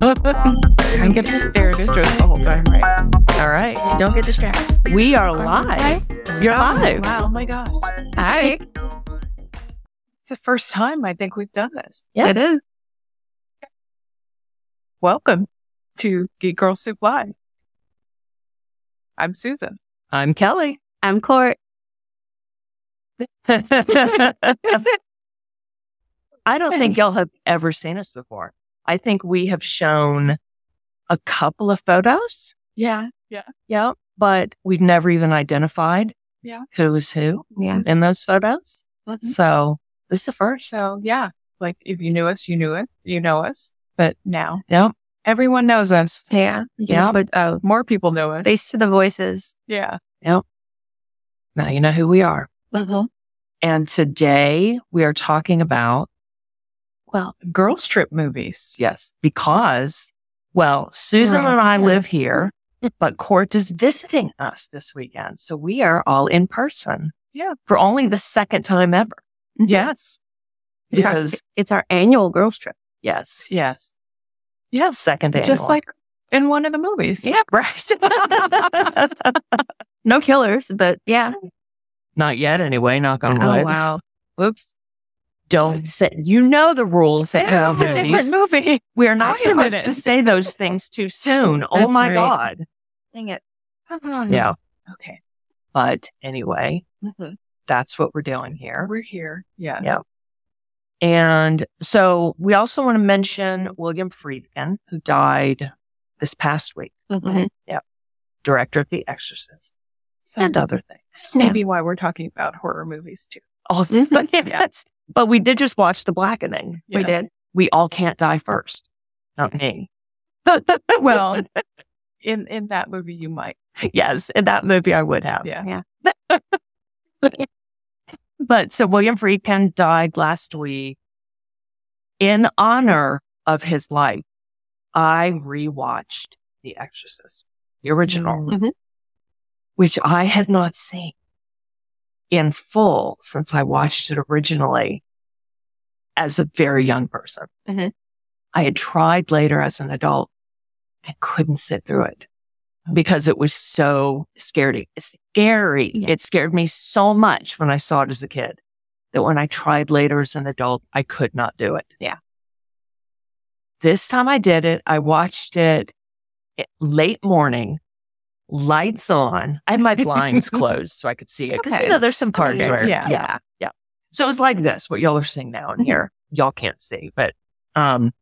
I'm getting stared at just the whole time, right? All right. Don't get distracted. We are live. You're live. Wow, oh my God. Hi. It's the first time I think we've done this. Yes. It is. Welcome to Geek Girl Soup Live. I'm Susan. I'm Kelly. I'm Court. I don't think y'all have ever seen us before. I think we have shown a couple of photos. Yeah. Yeah. But we've never even identified Yeah. who is who Yeah. Mm-hmm. in those photos. So this is the first. So, yeah, like if you knew us, you knew it, you know us. But now Yep. everyone knows us. uh, Yeah. Yeah. But oh, More people know us. face to the voices. yeah. Now you know who we are. And today we are talking about, Well, Girls Trip movies. yes, because, well, Susan Right. and I live here, but Court is visiting us this weekend. So we are all in person. Yeah. For only the second time ever. Yes. Yeah. Because, it's our annual girls trip. yes. Yes. Yes. Second day. Just like in one of the movies. yeah, right. No killers, but yeah. Not yet, anyway. Knock on Oh, wood. wow. Oops. Don't say, you know the rules at Yeah, it's a movies. different movie. We are not Wait a supposed minute. to say those things too soon. Oh That's my right. Mm-hmm. God. Dang it. Yeah. Mm-hmm. Okay. But anyway, that's what we're doing here. We're here. Yeah. Yeah. And so we also want to mention William Friedkin, who died this past week, Mhm. director of The Exorcist So and other things. that's maybe why we're talking about horror movies too. Oh, but, yes. but we did just watch The Blackening. Yeah. We did. We all can't die first. Not me. Well, in in that movie, you might. yes, in that movie, I would have. Yeah. But so William Friedkin died last week. In honor of his life, I rewatched The Exorcist, the original, Mm. Mm-hmm. Mhm. which I had not seen in full since I watched it originally as a very young person. Mhm. I had tried later as an adult and couldn't sit through it because it was so scary. Scary. Yeah. It scared me so much when I saw it as a kid that when I tried later as an adult, I could not do it. Yeah. This time I did it. I watched it i- late morning, lights on. I had my blinds closed so I could see it. Cause Okay. you know, there's some parts Okay. where, Yeah. yeah, yeah. So it was like this, what y'all are seeing now in Mm-hmm. Mhm. here. Y'all can't see, but, um,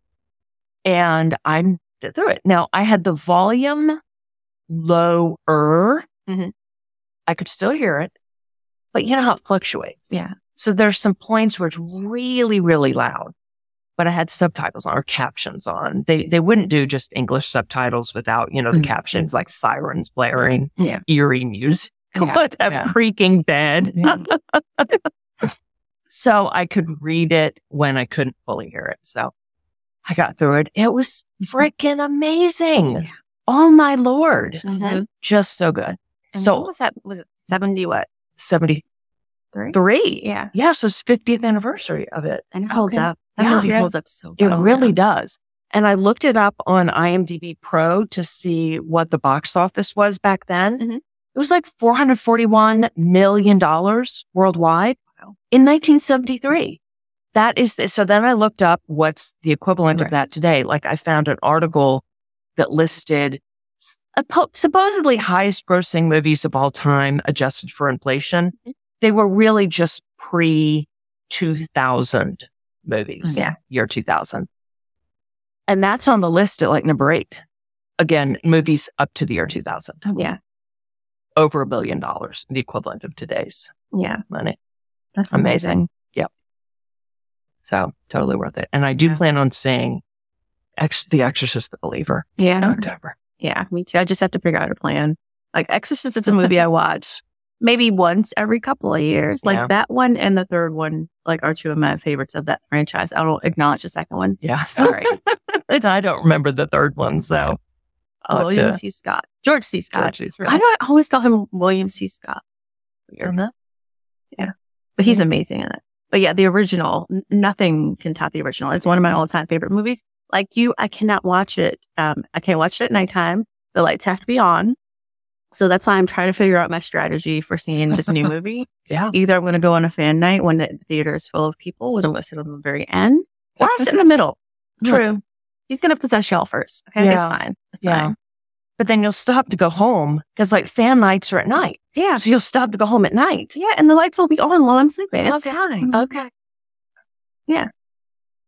and I'm did through it. Now I had the volume lower. Mhm. I could still hear it, but you know how it fluctuates. Yeah. So there's some points where it's really, really loud, but I had subtitles on or captions on. They they wouldn't do just English subtitles without you know the Mhm. captions like sirens blaring, Yeah. eerie music, Yeah. what a Yeah. creaking bed. Mhm. so I could read it when I couldn't fully hear it. So I got through it. It was freaking amazing. Yeah. Oh my lord. Mhm. Just so good. And So- what was that? Was it 70 what? 73. Three? Yeah. Yeah. so it's 50th anniversary of it. And it holds Okay. up. That Yeah. movie Yeah. holds up so It well. really does. And I looked it up on IMDb Pro to see what the box office was back then. Mhm. It was like $441 million worldwide Wow. in 1973. That is, so then I looked up what's the equivalent of Right. that today. Like I found an article that listed s- appo- supposedly highest grossing movies of all time adjusted for inflation. They were really just pre 2000 movies. Yeah. Year 2000. And that's on the list at like number eight. Again, movies up to the year 2000, Oh, Yeah. over a billion dollars, the equivalent of today's Yeah. money. That's Amazing. Yep. So totally worth it. And I do Yeah. plan on seeing Ex- The Exorcist, The Believer in Yeah. October. Yeah. Me too. I just have to figure out a plan. Like Exorcist, it's a movie I watch maybe once every couple of years. Like Yeah. that one and the third one, like are two of my favorites of that franchise. I don't acknowledge the second one. Yeah. Sorry. and I don't remember the third one. So I'll have William to- C. Scott. George C. Scott. George is Why do I always call him William C. Scott? I don't know. But he's amazing in it. But yeah, the original, n- nothing can top the original. It's one of my all time favorite movies. Like you, I cannot watch it. Um, I can't watch it at nighttime. The lights have to be on. So that's why I'm trying to figure out my strategy for seeing this new movie. Yeah. Either I'm going to go on a fan night when the theater is full of people, when I'm going to sit on the very end, or I'll sit in the middle. True. He's going to possess y'all first. Okay. Yeah. It's fine. It's Yeah. fine. But then you'll still have to go home because like fan nights are at night. Yeah. So you'll still have to go home at night. Yeah. And the lights will be on while I'm sleeping. It's Okay. fine. Okay. Yeah. At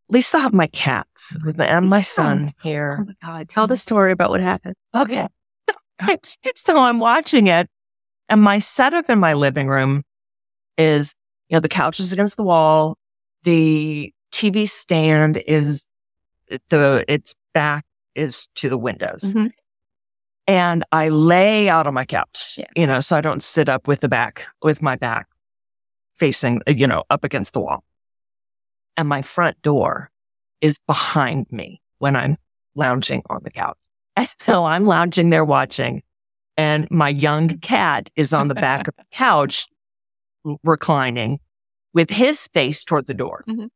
least I have my cats with my, and my son here. Oh my God. Tell the story about what happened. Okay. so I'm watching it, and my setup in my living room is, you know, the couch is against the wall. The TV stand is the, its back is to the windows. Mhm. And I lay out on my couch, Yeah. you know, so I don't sit up with the back, with my back facing, uh, you know, up against the wall. And my front door is behind me when I'm lounging on the couch. And so I'm lounging there watching, and my young cat is on the back of the couch, reclining with his face toward the door. Mhm.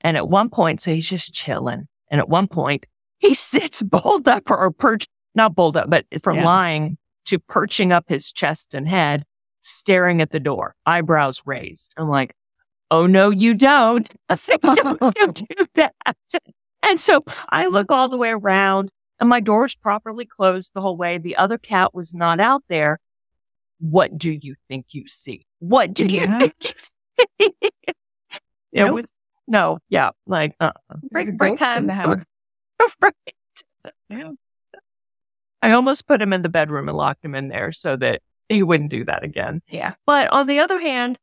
And at one point, so he's just chilling. And at one point, he sits bolt up or perch, not bolt up, but from Yeah. lying to perching up his chest and head, staring at the door, eyebrows raised. I'm like, oh no, you don't. don't you do that. And so I look all the way around and my door was properly closed the whole way. The other cat was not out there. What do you think you see? What do you Yeah. think you see? it Nope. was no, yeah, like uh, Break, break time. right. Yeah. I almost put him in the bedroom and locked him in there so that he wouldn't do that again. Yeah. But on the other hand,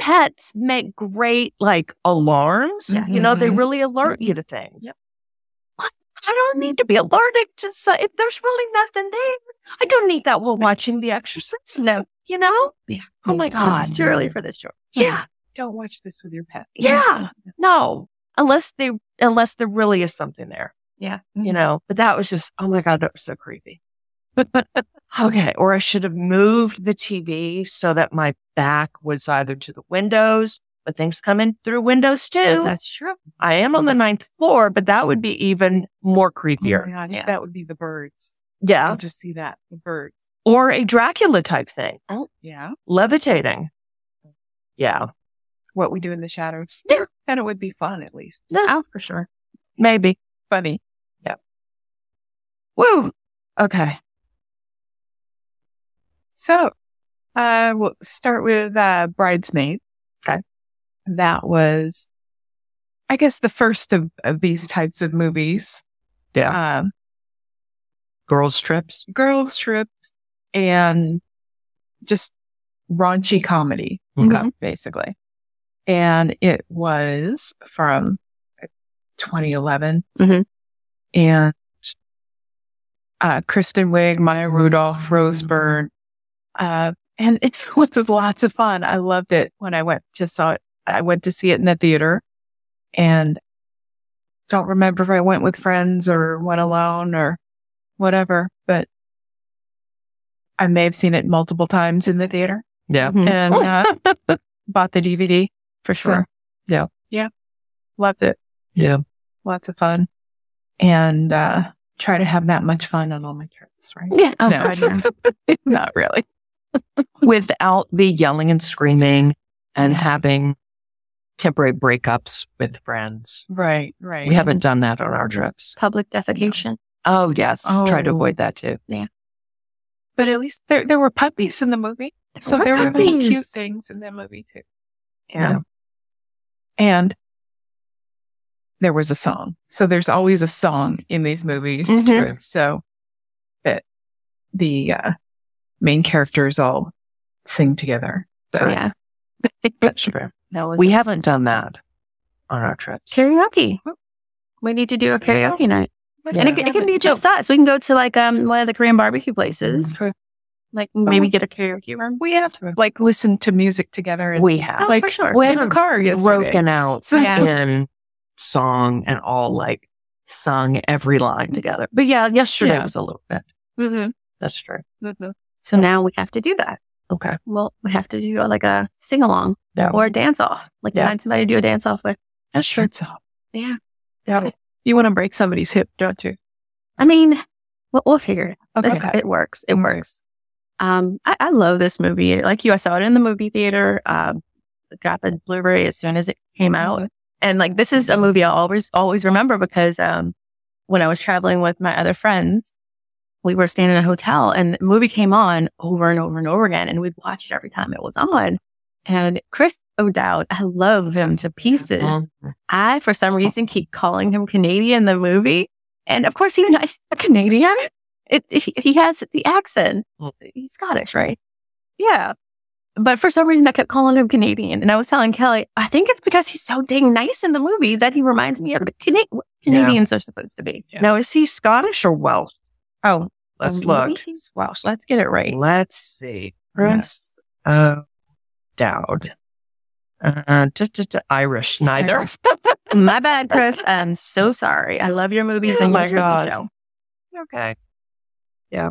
pets make great like alarms. Yeah. You know, they Mhm. really alert you to things. Yep. What? I don't need to be alerted to so- if there's really nothing there. I don't need that while watching The Exorcist. No. You know? Yeah. Oh my God. It's too early for this joke. Yeah. Don't watch this with your Oh pet. Yeah. No. Unless they unless there really is something there. Yeah. Mm-hmm. You know, but that was just oh my god, that was so creepy. okay, or I should have moved the TV so that my back was either to the windows, but things come in through windows too. That's true. I am on the ninth floor, but that would be even more Oh creepier. my gosh, Yeah. that would be the birds. yeah. I'll just see that. The birds. Or a Dracula type thing. Yeah. Levitating. Yeah. What we do in the shadows. Yeah. Then it would be fun at least. Oh, for sure. Maybe. Funny. Woo. Okay. So, uh, we'll start with uh, Bridesmaid. Okay. That was, I guess, the first of, of these types of movies. Yeah. Um, Girls trips. girls' trips and just raunchy comedy, Okay. basically. And it was from 2011. Mhm. And uh, Kristen Wiig, Maya Rudolph, Rose Byrne. Uh, and it was lots of fun. I loved it when I went to saw it. I went to see it in the theater and don't remember if I went with friends or went alone or whatever, but I may have seen it multiple times in the theater Yeah. Mhm. and uh, bought the DVD for sure. Yeah. Yeah. Loved it. Yeah. Lots of fun. And uh, try to have that much fun on all my trips, right? Yeah. Oh, No. God, yeah. Not really. Without the yelling and screaming and having temporary breakups with friends. Right, right. We haven't done that on our trips. Public defecation. Oh, yes. Try to Oh. avoid that too. but at least there there were puppies in the movie. So were there were really puppies. cute things in that movie too. Yeah. And there was a song. So there's always a song in these movies. Mhm. True. So that the uh, main characters all sing together. So, Yeah. true. That was We haven't done that on our trips. karaoke. We need to do a karaoke night. Let's And do it, can- it can that. be just us. We can go to like um one of the Korean barbecue places. Like maybe get a karaoke room. We have to like listen to music together and uh, We have. Oh, like for sure. we in Kind the of car yesterday. broken out Yeah. in song and all like sung every line together. But yeah, yesterday Yeah. was a little bit. That's true. So now we have to do that. Okay. Well, we have to do uh, like a sing along Yeah. or a dance off. Like Yeah. find somebody to do a dance off with. That's Shirts off. Yeah. Yeah. You want to break somebody's hip, don't you? I mean, we'll, we'll figure it. out. Okay. That's- It works. It works. Um, I, I love this movie. Like you, I saw it in the movie theater. Um, got the Blu-ray as soon as it came out. And like this is a movie I always always remember because um when I was traveling with my other friends, we were staying in a hotel and the movie came on over and over and over again and we'd watch it every time it was on. And Chris O'Dowd, I love him to pieces. Mm-hmm. I for some reason keep calling him Canadian the movie. And of course he's not he's not Canadian. It, he he has the accent. Mm. He's Scottish, right? Yeah. But for some reason, I kept calling him Canadian. And I was telling Kelly, I think it's because he's so dang nice in the movie that he reminds me of the Cana- what Yeah. Canadians are supposed to be. Now, is he Scottish or Welsh? Oh, Let's Um, well, maybe look. He's Welsh. Let's get it right. Let's see. Yeah. Chris uh, Dowd. Uh, t- t- t- Irish, neither. My bad, Chris. I'm so sorry. I love your movies Oh and your my TV God. show. okay. Yeah.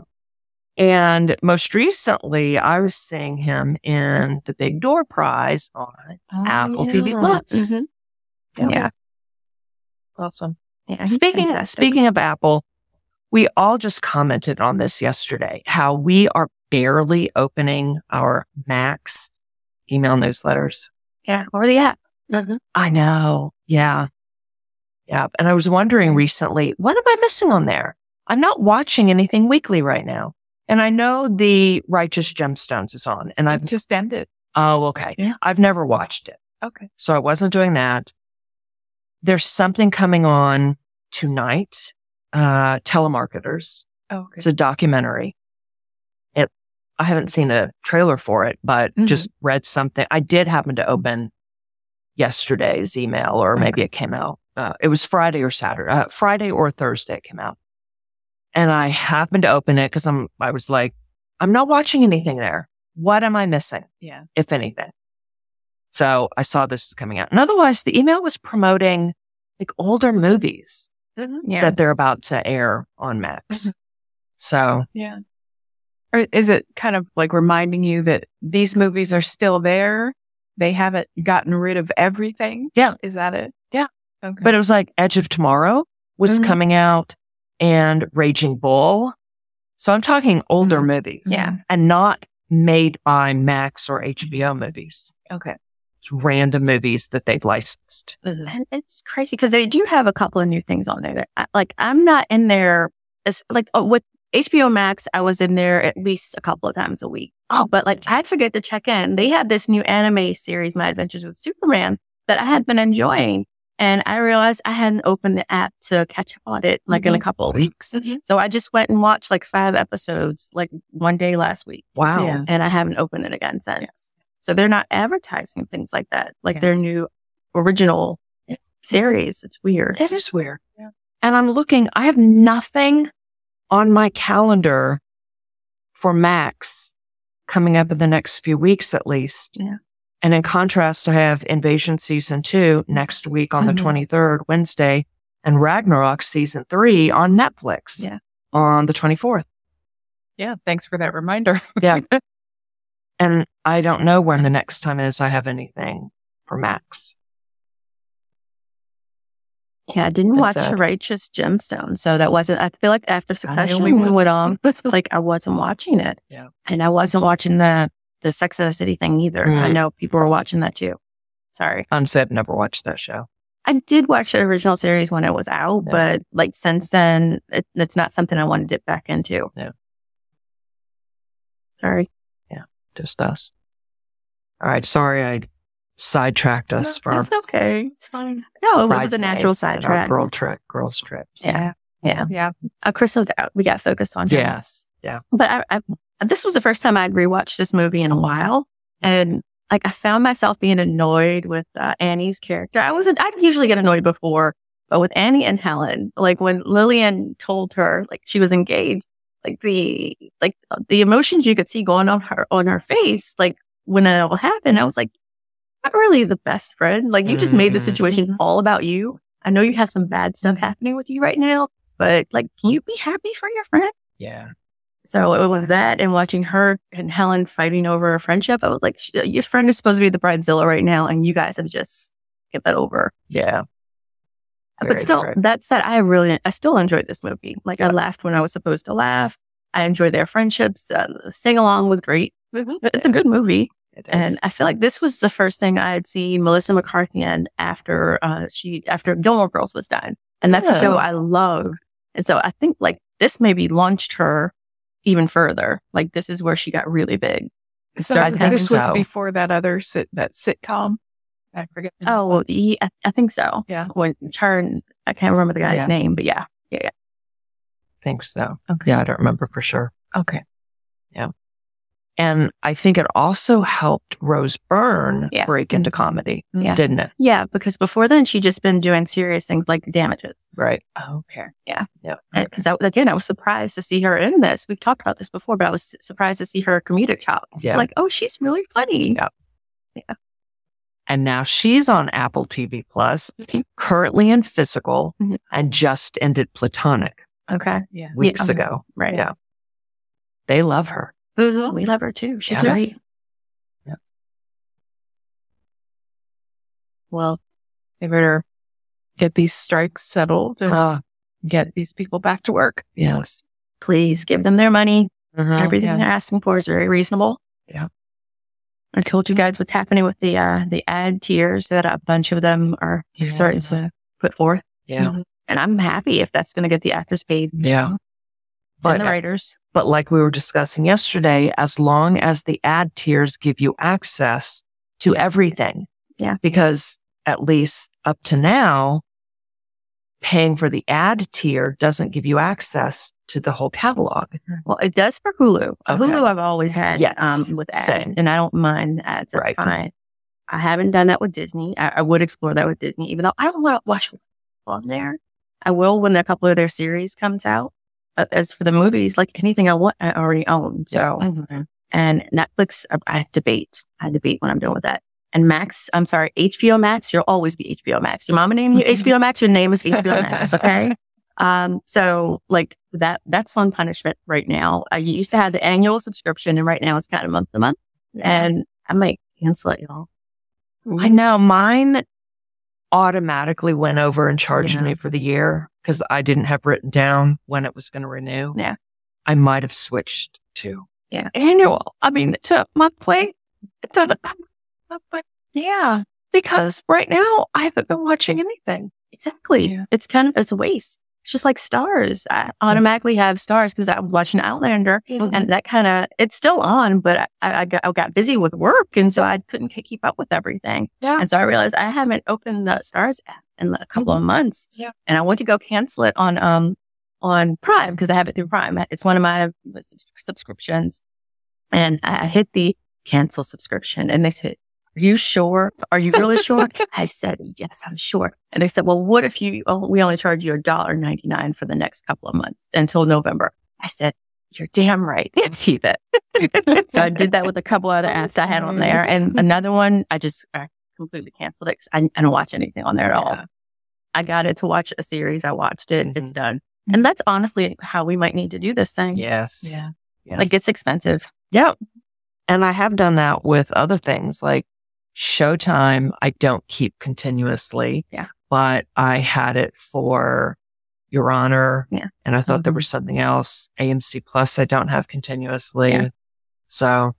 And most recently, I was seeing him in the Big Door Prize on Apple TV Plus. Mhm. Yeah. Oh, Yeah. Awesome. Yeah, he's Speaking fantastic. speaking of Apple, we all just commented on this yesterday. How we are barely opening our Max email newsletters. yeah, Mm-hmm. or the app. I know. Yeah. Yeah. And I was wondering recently, what am I missing on there? I'm not watching anything weekly right now. And I know the Righteous Gemstones is on and I've, It just ended. oh, okay. Yeah. I've never watched it. Okay. So I wasn't doing that. There's something coming on tonight, uh, telemarketers. Oh, It's okay. a documentary. It, I haven't seen a trailer for it, but Mhm. just read something. I did happen to open yesterday's email, or maybe it came out. Uh, it was Friday or Saturday, uh, Friday or Thursday it came out, and I happened to open it because I'm. I was like, I'm not watching anything there. What am I missing? Yeah. if anything. So I saw this is coming out, and otherwise the email was promoting like older movies Mm-hmm. Yeah. that they're about to air on Max. Mhm. So Yeah. Or is it kind of like reminding you that these movies are still there? They haven't gotten rid of everything. Yeah. Is that it? Yeah. Okay. But it was like Edge of Tomorrow was Mhm. coming out and Raging Bull. So I'm talking older Mhm. movies Yeah. and not made by Max or HBO movies. mm-hmm. Okay. It's random movies that they've licensed. And it's crazy because they do have a couple of new things on there. That I, like I'm not in there as like oh, with HBO Max, I was in there at least a couple of times a week. Oh, but like I forget to check in. They had this new anime series, My Adventures with Superman, that I had been enjoying, and I realized I hadn't opened the app to catch up on it like in a couple of weeks. So I just went and watched like five episodes like one day last week, Wow. Yeah. and I haven't opened it again since. So they're not advertising things like that, like Yeah. their new original series. It's weird. It is weird. Yeah. And I'm looking, I have nothing on my calendar for Max coming up in the next few weeks at least. Yeah. And in contrast, I have Invasion season two next week on the Mm-hmm. Mhm. 23rd, Wednesday, and Ragnarok season three on Netflix Yeah. on the 24th. Yeah. Thanks for that reminder. Yeah. and I don't know when the next time is I have anything for Max. Yeah, I didn't It's uh, watch sad. Righteous Gemstone, so that wasn't. I feel like after Succession, only we went on. like I wasn't watching it. Yeah. and I wasn't watching the the Sex and the City thing either. I Mm. know people were watching that too. Sorry, Unsaid never watched that show. I did watch the original series when it was out, Yeah. but like since then, it, it's not something I want to dip back into. Yeah. Sorry. Just us. All right. Sorry I sidetracked us for our It's okay. It's fine. No, it was a Bridesmaids natural and our sidetrack. Girl trip, girls trips. Yeah. Yeah. Yeah. A crystal doubt. We got focused on her. Yes. Yeah. But I, I, this was the first time I'd rewatched this movie in a while. And like I found myself being annoyed with uh, Annie's character. I wasn't, I'd usually get annoyed before, but with Annie and Helen, like when Lillian told her like she was engaged, like the, like uh, the emotions you could see going on her, on her face, like when it all happened, I was like, not really the best friend. Like you just made the Mhm. situation all about you. I know you have some bad stuff happening with you right now, but like, can you be happy for your friend? Yeah. So it was that and watching her and Helen fighting over a friendship. I was like, "Sh- uh, your friend is supposed to be the bridezilla right now. And you guys have just skipped that over. Yeah. but still, that said, I really, I still enjoyed this movie. Like I laughed when I was supposed to laugh. I enjoyed their friendships. Uh, sing along was great. It's a good movie. And I feel like this was the first thing I had seen Melissa McCarthy in after uh, she after Gilmore Girls was done, and that's a Yeah. show I love. And so I think like this maybe launched her even further. Like this is where she got really big. So I think this was so. before that other sit, that sitcom. I forget. the name Oh, of well, he, I, I think so. Mm-hmm. Yeah. When Turn, I can't remember the guy's Yeah. name, but yeah. think so. Okay. Yeah, I don't remember for sure. it. Okay. And I think it also helped Rose Byrne Yeah. Mm-hmm. break into comedy, Yeah. didn't it? Yeah, because before then she'd just been doing serious things like damages. Right. Okay. Yeah. Because again, I was surprised to see her in this. We've talked about this before, but I was surprised to see her comedic chops. It's Yeah. Like, oh, she's really funny. Yeah. And now she's on Apple TV Plus, Mhm. currently in physical Mhm. and just ended platonic Okay. Yeah. weeks Yeah. ago. Right. Yeah. They love her. Oh, We love her too. Yes. She's great. Yeah. Well, They better get these strikes settled and Uh-huh. Ah, get these people back to work. yes. please give them their money. Mhm. Everything yeah. they're asking for is very reasonable. Yeah. I told you guys what's happening with the uh, the ad tiers that a bunch of them are Yeah. starting to put forth, Yeah. and I'm happy if that's going to get the actors paid Yeah. But uh, and the writers. But like we were discussing yesterday, as long as the ad tiers give you access to everything. Yeah. Because at least up to now, paying for the ad tier doesn't give you access to the whole catalog. Mm-hmm. Well, it does for Hulu. Okay. Hulu, I've always had Yes. um, with ads, Same. and I don't mind ads. That's Right. fine. I haven't done that with Disney. I, I would explore that with Disney, even though I don't lo- watch on there. I will when a couple of their series comes out. But as for the movies, like anything I want, I already own. So, and Netflix, uh, I, I debate. I debate when I'm done with that. And Max, I'm sorry, HBO Max, you'll always be HBO Max. Your mama named you HBO Max. Your name is HBO Max. Okay. Um, so like that, that's on punishment right now. I used to have the annual subscription and right now it's kind of month to month and I might cancel it, y'all. I Mm-hmm. know mine automatically went over and charged Yeah. me for the year because I didn't have written down when it was going to renew. Yeah. I might have switched to Yeah. annual. I mean, to monthly. To the- monthly, Yeah, Because right now I haven't been watching anything. exactly. Yeah. It's kind of, it's a waste. It's just like stars. I automatically have stars because I was watching Outlander Mm-hmm. and that kind of, it's still on, but I, I, got, I got busy with work and so I couldn't k- keep up with everything. Yeah. And so I realized I haven't opened the stars app in a couple of months. Mm-hmm. Yeah. And I went to go cancel it on, um, on Prime because I have it through Prime. It's one of my subs- subscriptions. And I I hit the cancel subscription and they said, are you sure? Are you really sure? I said, yes, I'm sure. And they said, well, what if you, oh, we only charge you a dollar ninety nine for the next couple of months until November. I said, you're damn right. Keep it. so I did that with a couple other apps I had on there. And another one, I just I completely canceled it 'cause I, I don't watch anything on there at all. Yeah. I got it to watch a series. I watched it. It's Mhm. done. And that's honestly how we might need to do this thing. Yes. Yeah. Yes. Like it's expensive. Yep. And I have done that with other things like Showtime, I don't keep continuously. Yeah. But I had it for Your Honor. Yeah. And I thought there Mm-hmm. was something else. AMC Plus, I don't have continuously. Yeah. So,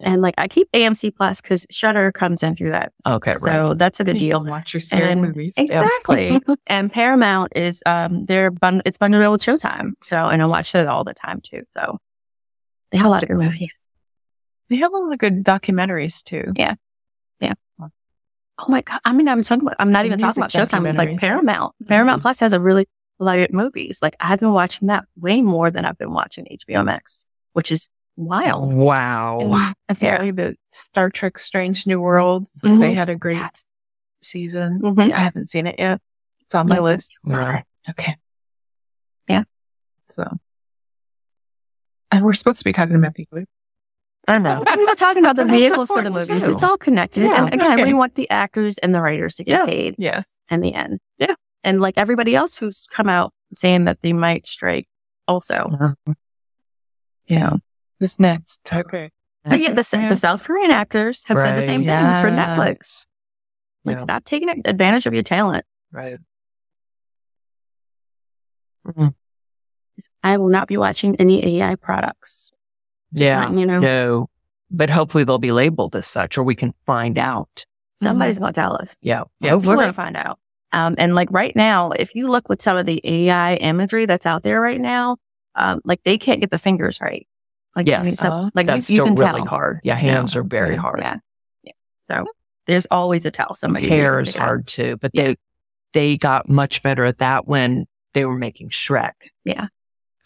And like I keep AMC Plus because Shutter comes in through that. okay. right. So that's a good deal. Watch your scary And- movies. Exactly. and Paramount is um they're bund- it's bundled with Showtime. So and I watch that all the time too. So they have a lot of good movies. They have a lot of good documentaries too. Oh my god! I mean, I'm talking. About, I'm not The even talking about music Showtime. but, Like documentaries. Mm-hmm. Paramount. Paramount Plus has a really lot of movies. Like I've been watching that way more than I've been watching HBO Max, which is wild. Wow. And Mm-hmm. Apparently, the Star Trek Strange New Worlds, Mhm. they had a great Yes. season. Mhm. I haven't seen it yet. It's on my Mhm. list. Right. Okay. Yeah. So, and we're supposed to be talking about the I know. I'm not talking about the But that's vehicles for the important, movies. too. It's all connected. Yeah. and again, Okay. we want the actors and the writers to get Yeah. paid Yes. in the end. Yeah. And like everybody else who's come out saying that they might strike also. Yeah. Who's next? Okay. But yeah, the, S- Yeah. the South Korean actors have said the Right. same thing for Netflix. Like, Yeah. stop taking advantage of your talent. Right. Mhm. I will not be watching any AI products. Just Yeah. letting you know, No. But hopefully they'll be labeled as such or we can find out. somebody's going to tell us. Yeah. Yeah, we're going to find out. Um, and like right now, if you look with some of the AI imagery that's out there right now, um, like they can't get the fingers right. Like, I mean, Yes. some- Uh, like That's you, you still can really tell. hard. Yeah. Hands are very Yeah, hard. Yeah. yeah. So there's always a tell. Somebody Hair is hard too, but they, they got much better at that when they were making Shrek. Yeah.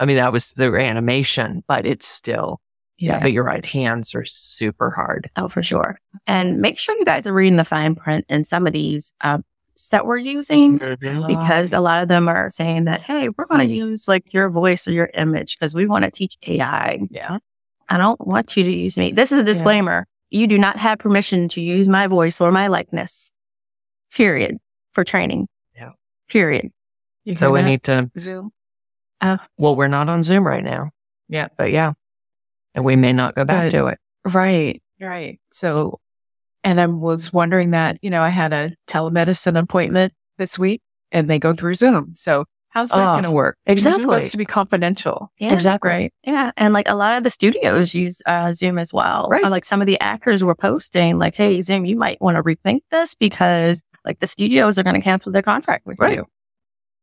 I mean, that was their animation, but it's still, yeah, yeah. but you're right. Hands are super hard. Oh, for sure. And make sure you guys are reading the fine print in some of these um, that we're using. because a lot of them are saying that, hey, we're going to use like your voice or your image because we want to teach AI. Yeah. I don't want you to use me. This is a disclaimer. You do not have permission to use my voice or my likeness, period, for training. Yeah. Period. You So hear we that? need to, Zoom. well, we're not on Zoom right now. Yeah. But yeah. And we may not go back But- to it. Right. Right. So, and I was wondering that, you know, I had a telemedicine appointment this week and they go through Zoom. So how's that Oh, going to work? It's supposed to be confidential. Yeah. Exactly. Right. Yeah. And like a lot of the studios use uh, Zoom as well. Right. Or, like some of the actors were posting, like, hey, Zoom, you might want to rethink this because like the studios are going to cancel their contract with Right. you.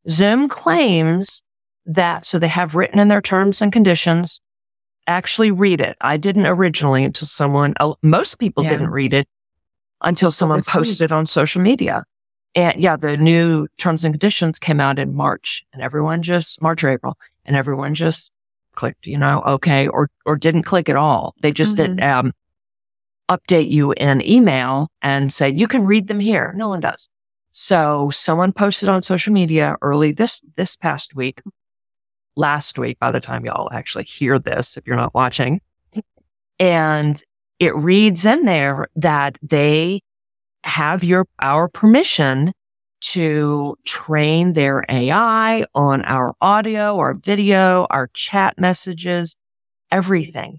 Zoom claims that, so they have written in their terms and conditions, actually read it. I didn't originally until someone, oh, most people Yeah. didn't read it until someone that's sweet. posted it on social media. And yeah, the new terms and conditions came out in March and everyone just, March or April, and everyone just clicked, you know, okay, or, or didn't click at all. They just did, um, update you in email and say, you can read them here. No one does. So someone posted on social media early this this past week, last week, by the time y'all actually hear this, if you're not watching. And it reads in there that they have your our permission to train their AI on our audio, our video, our chat messages, everything.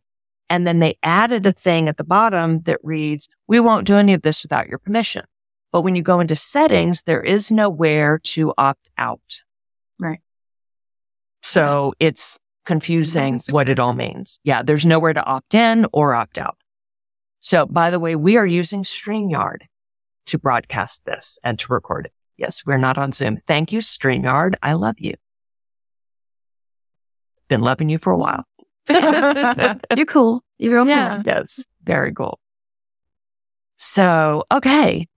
And then they added a thing at the bottom that reads, we won't do any of this without your permission. But when you go into settings, there is nowhere to opt out. Right. So it's confusing Confusing. what it all means. Yeah, there's nowhere to opt in or opt out. So by the way, we are using StreamYard to broadcast this and to record it. Yes, we're not on Zoom. Thank you, StreamYard. I love you. Been loving you for a while. You're cool. You're okay. Yeah. Yes, very cool. So, okay.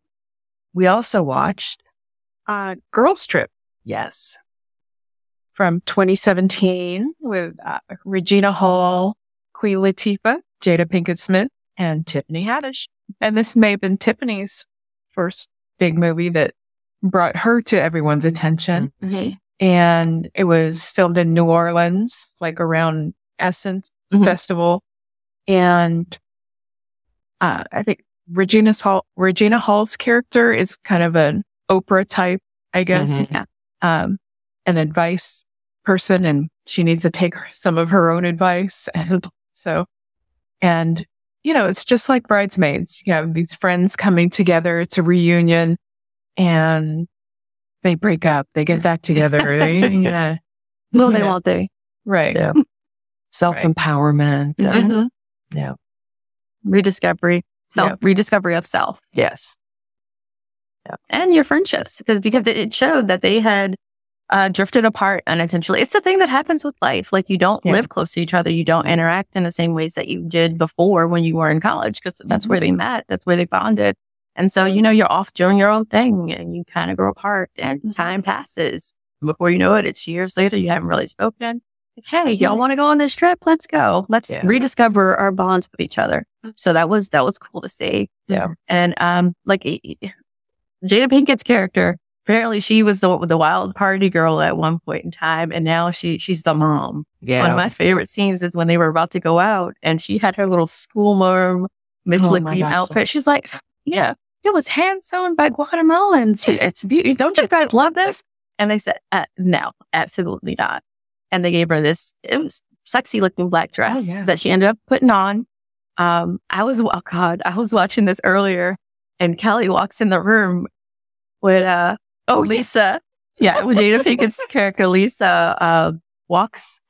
We also watched, Uh, girls trip yes, from 2017 with uh, Regina Hall, Queen Latifah, Jada Pinkett Smith, and Tiffany Haddish. And this may have been Tiffany's first big movie that brought her to everyone's attention. Okay. and it was filmed in New Orleans, like around Essence Mhm. Festival. And uh, I think Regina's Hall, Regina Hall's character is kind of an Oprah type, I guess, Mhm. Yeah. um, an advice person, and she needs to take her- some of her own advice. And so, and you know, it's just like bridesmaids. You have these friends coming together. It's a reunion, and they break up. They get back together. they, yeah. Well, they Yeah. won't they? Right. Yeah. self empowerment. Mm-hmm. Mm-hmm. Yeah. Rediscovery. Self Yeah. rediscovery of self Yes. and your friendships because because it- it showed that they had uh, drifted apart unintentionally. It's the thing that happens with life. Like you don't Yeah. live close to each other. You don't interact in the same ways that you did before when you were in college because that's where they met. That's where they bonded. And so, you know, you're off doing your own thing and you kind of grow apart and time passes. Before you know it, it's years later. You haven't really spoken. Like, Hey, y'all want to go on this trip? Let's go. Let's Mm-hmm. Yeah. Mm-hmm. rediscover our bonds with each other. So that was, that was cool to see. Yeah. And, um, like e- e- Jada Pinkett's character, apparently she was the, the wild party girl at one point in time. And now she, she's the mom. One of Yeah. my favorite scenes is when they were about to go out and she had her little schoolmarm Oh midget my green gosh, outfit. that's- She's like, yeah, it was hand sewn by Guatemalans. It's beautiful. Don't you guys love this? And they said, uh, no, absolutely not. And they gave her this it was sexy looking black dress Oh, yeah. that she ended up putting on. Um, I was, oh God, I was watching this earlier and Kelly walks in the room with, uh, oh, Lisa yeah, Jada Pinkett's character Lisa uh, walks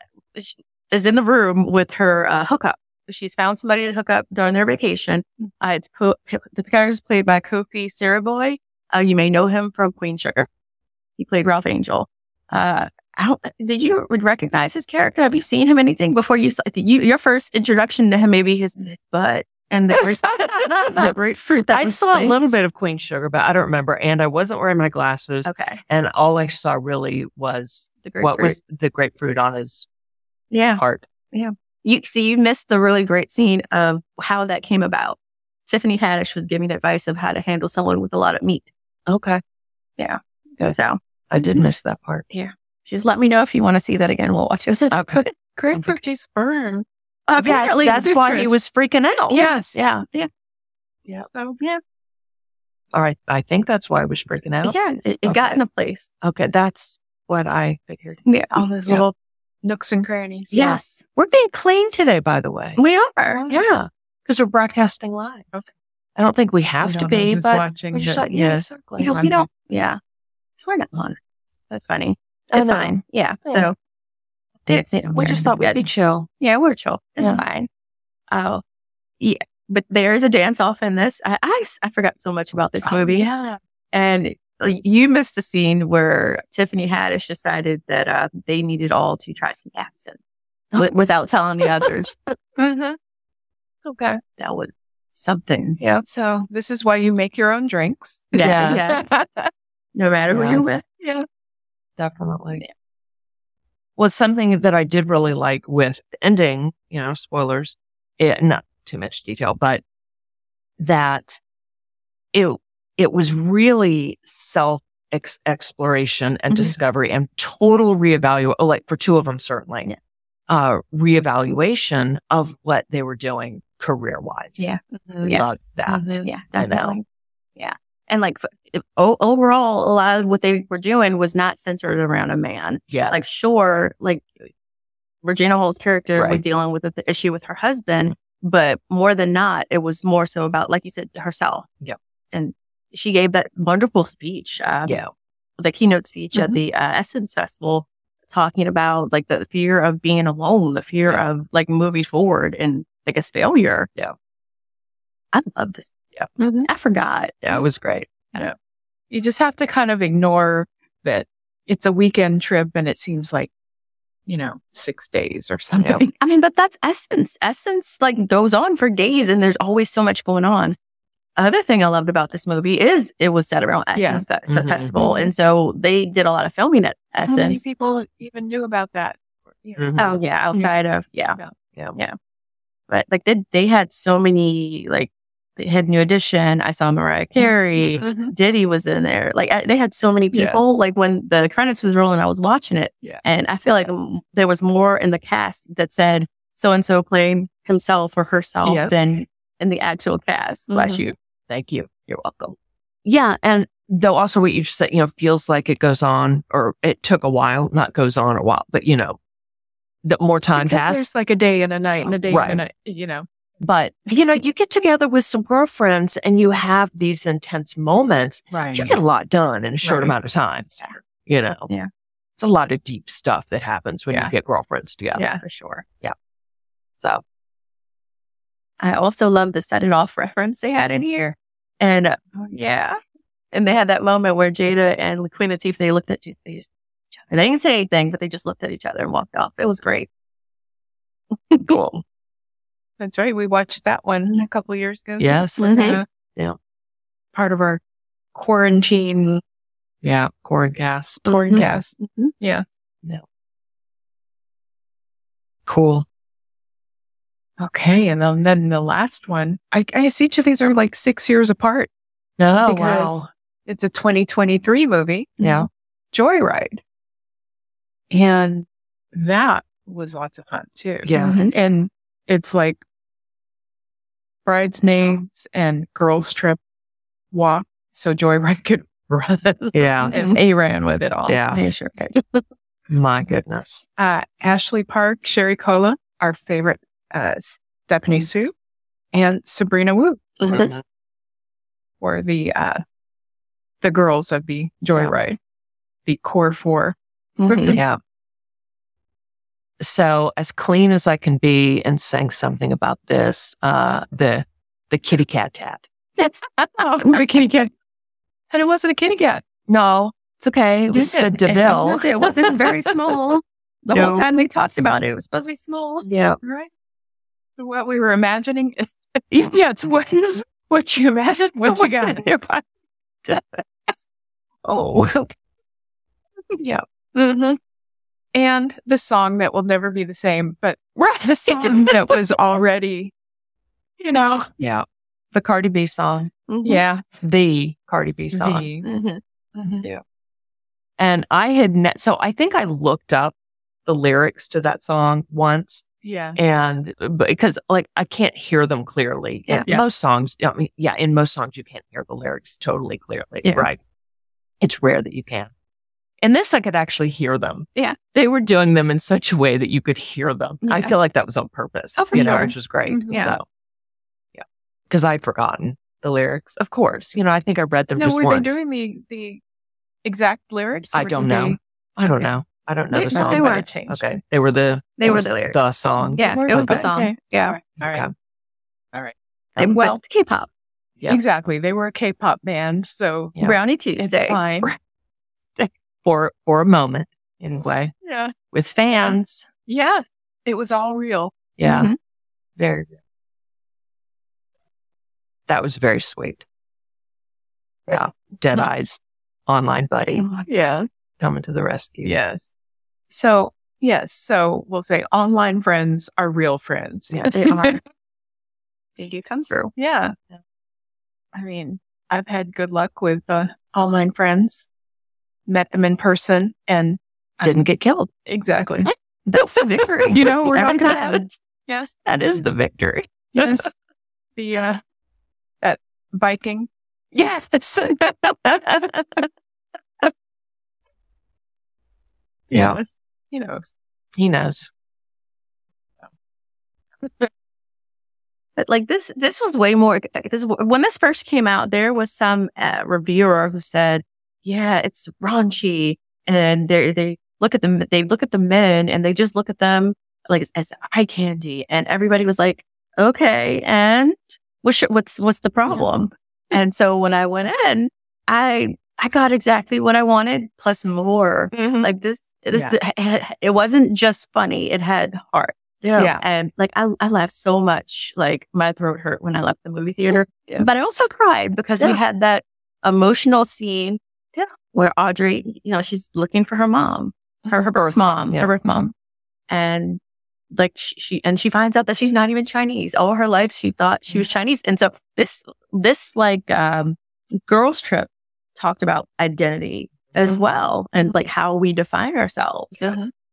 is in the room with her uh, hookup. She's found somebody to hook up during their vacation. Uh, it's po- the character is played by Kofi Saraboy. Uh, you may know him from Queen Sugar. He played Ralph Angel. Uh, I don't, did you would recognize his character? Have you seen him anything before you saw you, your first introduction to him? Maybe his, his butt and the, the grapefruit. That I was saw a placed. little bit of Queen Sugar, but I don't remember. And I wasn't wearing my glasses. Okay, And all I saw really was the what grapefruit. was the grapefruit on his yeah? heart. You see, you missed the really great scene of how that came about. Tiffany Haddish was giving advice of how to handle someone with a lot of meat. Okay. Okay. So I did miss that part. just let me know if you want to see that again. We'll watch this. Okay. Grapefruit juice burn. Uh, Apparently, that's it's why he true. was freaking out. Yes. Yeah, yeah, So yeah, All right. I think that's why I was freaking out. yeah. It, it got Okay. in a place. Okay. That's what I figured. Yeah. all those Yeah. little nooks and crannies. Yes, We're being clean today, by the way. we are. Yeah. Because we're broadcasting live. Okay. I don't think we have I to don't know be, who's but watching we're just it. like, yeah, Yes. exactly. You know, we I'm- don't. Yeah, so we're not on. That's funny. I It's know. fine. Yeah. Yeah. So they- they don't we hear just thought we'd anything. be chill. Yeah, we're chill. It's Yeah. fine. Oh, yeah. But there is a dance off in this. I, I, s- I forgot so much about this Oh, movie. Yeah. And uh, you missed the scene where Tiffany Haddish decided that uh, they needed all to try some acid wi- without telling the others. hmm Mm-hmm. Okay. that was something. So this is why you make your own drinks. Yeah. No matter who you're Yes. with. Yeah. Definitely. Was something that I did really like with the ending, you know, spoilers, it, not too much detail, but that it, it was really self ex- exploration and Mhm. discovery and total reevaluation. Oh, like for two of them, certainly, Yeah. uh, reevaluation of what they were doing career wise. Yeah. Yeah. Love that. Mhm. Yeah, I know. definitely. Yeah. And like f- it- o- overall, a lot of what they were doing was not centered around a man. Yeah. like sure, like Regina Hall's character was Right. dealing with the issue with her husband, but more than not, it was more so about, like you said, herself. Yep. And she gave that wonderful speech, uh, yeah. Mm-hmm. the keynote speech at Mhm. the uh, Essence Festival, talking about like the fear of being alone, the fear Yeah. of like moving forward and like as failure. Yeah. I love this. Yeah. Mm-hmm. I forgot. Yeah. It was great. You just have to kind of ignore that it's a weekend trip and it seems like, you know, six days or something. I mean, but that's Essence. Essence like goes on for days and there's always so much going on. Other thing I loved about this movie is it was set around Yeah. Essence Fe- Mhm. Festival. And so they did a lot of filming at How many Essence. people even knew about that? You know, Mhm. Oh yeah. Outside of, yeah. Mm-hmm. Yeah. Yeah. Yeah. But like they, they had so many, like they had New Edition. I saw Mariah Carey. Mm-hmm. Diddy was in there. Like I, they had so many Yeah. people. Like when the credits was rolling, I was watching it, Yeah. and I feel like mm, there was more in the cast that said so and so playing himself or herself Yes. than in the actual cast. Bless Mhm. you. Thank you. You're welcome. Yeah. And though also what you said, you know, feels like it goes on or it took a while, not goes on a while, but you know, the more time Because passed. There's like a day and a night and a day Right. and a night, you know. But you know, you get together with some girlfriends and you have these intense moments. Right. You get a lot done in a short Right. amount of time. You know, Yeah. it's a lot of deep stuff that happens when Yeah. you get girlfriends together. Yeah, for sure. Yeah. So I also love the set it off reference they had in here, and uh, yeah, and they had that moment where Jada and Queen Latifah they looked at each they just and they didn't say anything, but they just looked at each other and walked off. It was great. cool. That's right. We watched that one a couple years ago. too. Yes. Mhm. Uh, Yeah. Part of our quarantine Yeah. Corn gas. Mm-hmm. forecast. Cool. Okay. And then, then the last one, I, I guess each of these are like six years apart. Oh, Because- wow. It's a 2023 movie. Yeah. Joyride. Mm-hmm. And that was lots of fun too. Yeah. Mhm. And it's like bridesmaids and girls trip walk. So Joyride could run Yeah. and they ran with it all. Mm-hmm. Yeah. Yeah, sure. My goodness. Uh, Ashley Park, Sherry Cola, our favorite, uh, Stephanie Mm-hmm. Sue and Sabrina Wu were the, uh, the girls of the Joyride. the core four. Mm-hmm. Mhm. Yeah. So as clean as I can be and saying something about this, uh, the, the kitty cat tat. Oh, the kitty cat. And it wasn't a kitty cat. No, it's okay. It was the Didn't- it- I was DeVille. gonna say It wasn't very small. The No. whole time they talked about it, it was supposed to be small. Yeah. Right. To What we were imagining. is- yeah, it's what, what you imagined, what you got. Oh, Yeah. Mm-hmm. And the song that will never be the same, but the song that was already, you know, yeah. The Cardi B song, Mm-hmm. yeah. the Cardi B song. the- Mhm. Mm-hmm. And I had met, so I think I looked up the lyrics to that song once Yeah. and uh, because like I can't hear them clearly. In Yeah. most songs, I mean, yeah, in most songs you can't hear the lyrics totally clearly, Yeah. right? It's rare that you can. In this, I could actually hear them. Yeah. they were doing them in such a way that you could hear them. I Yeah. feel like that was on purpose. Oh, for you know, sure. which was great. Mhm. Yeah. So, yeah, because I'd forgotten the lyrics. Of course, you know, I think I read them Now, just were once. they doing the, the exact lyrics? I or don't did know. they- I don't Okay. know. I don't know They- the but song. They but- were changed. Okay, they were the They it were was the lyrics. the song. Yeah, it was the Okay. song. Okay. Yeah. All right. All right. Okay. All right. They Um, went K-pop. Yeah. Exactly. They were a K-pop band, so Yeah. Brownie it's Tuesday. fine. for for a moment anyway Yeah. with fans. Yeah. It was all real. Yeah, Mhm. very. That was very sweet. Yeah, Dead Eyes online buddy Yeah. coming to the rescue. Yes. So yes. So we'll say online friends are real friends. Yeah, they are. They do come through. Yeah. I mean, I've had good luck with uh, online friends. Met them in person, and didn't get killed. exactly. That's the victory. You know, we're Every not gonna time. Yes. That is the victory. Yes. the uh, that biking. Yes. yeah, Yes. You know. he knows. But like this, this was way more. uh, This when this first came out, there was some uh, reviewer who said, "Yeah, it's raunchy," and they they look at them, they look at the men, and they just look at them like as, as eye candy, and everybody was like, "Okay, and what's your- what's what's the problem?" And so when I went in, I I got exactly what I wanted plus more. Mm-hmm. Like this, this it wasn't just funny; it had heart. Yeah. Yeah. And like I, I laughed so much. Like my throat hurt when I left the movie theater, but I also cried because Yeah. we had that emotional scene where Audrey, you know, she's looking for her mom, her, her birth mom, yeah. her birth mom. And like she, she, and she finds out that she's not even Chinese. All her life, she thought she was Mm-hmm. Chinese. And so this, this like, um, girls trip talked about identity as Mm-hmm. well and like how we define ourselves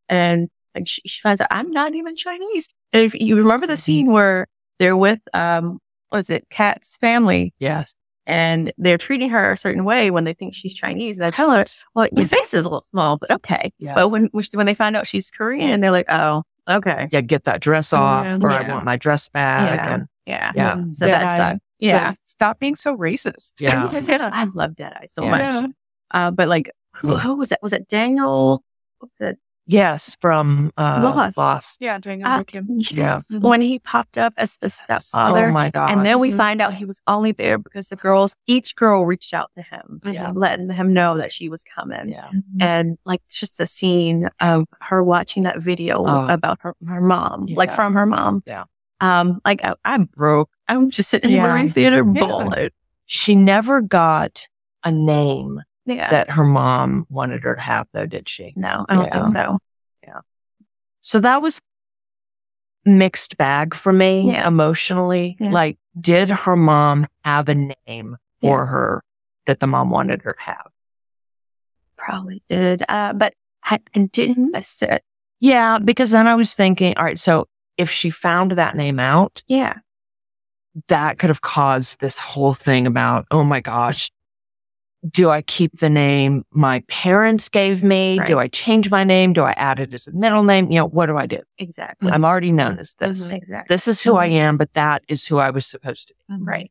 and like she, she finds out I'm not even Chinese. And if you remember the scene where they're with um was it Kat's family Yes. and they're treating her a certain way when they think she's Chinese and they tell her, Well, your face is a little small, but okay. Yeah. But when which- when they find out she's Korean, they're like, Oh, okay. yeah, get that dress off, Yeah. or I Yeah. want my dress back. Yeah. And Yeah. yeah, So Dead that Eye. sucked. Yeah. So stop being so racist. yeah, I love Dead Eye so Yeah. much. Uh, but like who, who was that? Was it Daniel? What was it? yes, from uh, Lost. Yeah, doing Ah, a Kim. Yeah. Yes. When he popped up as the stepfather. Oh my god! And then we Mhm. find out he was only there because the girls, each girl reached out to him, Yeah. letting him know that she was coming. yeah, And like it's just a scene of her watching that video Oh. about her, her mom, like Yeah. from her mom. Yeah. Um, like I, I'm broke. I'm just sitting in Yeah. the movie theater Yeah. bawling. she never got a name Yeah. that her mom wanted her to have, though, did she? no, I don't Yeah. think so. So that was mixed bag for me Yeah. emotionally. Yeah. Like, did her mom have a name for her that the mom wanted her to have? Probably did. Uh, but I, I didn't miss it. Yeah, because then I was thinking, all right, so if she found that name out, Yeah. that could have caused this whole thing about, oh my gosh, do I keep the name my parents gave me? Right. Do I change my name? Do I add it as a middle name? You know, what do I do? Exactly. I'm already known as this. Mhm, Exactly. This is who I am, but that is who I was supposed to be. Right.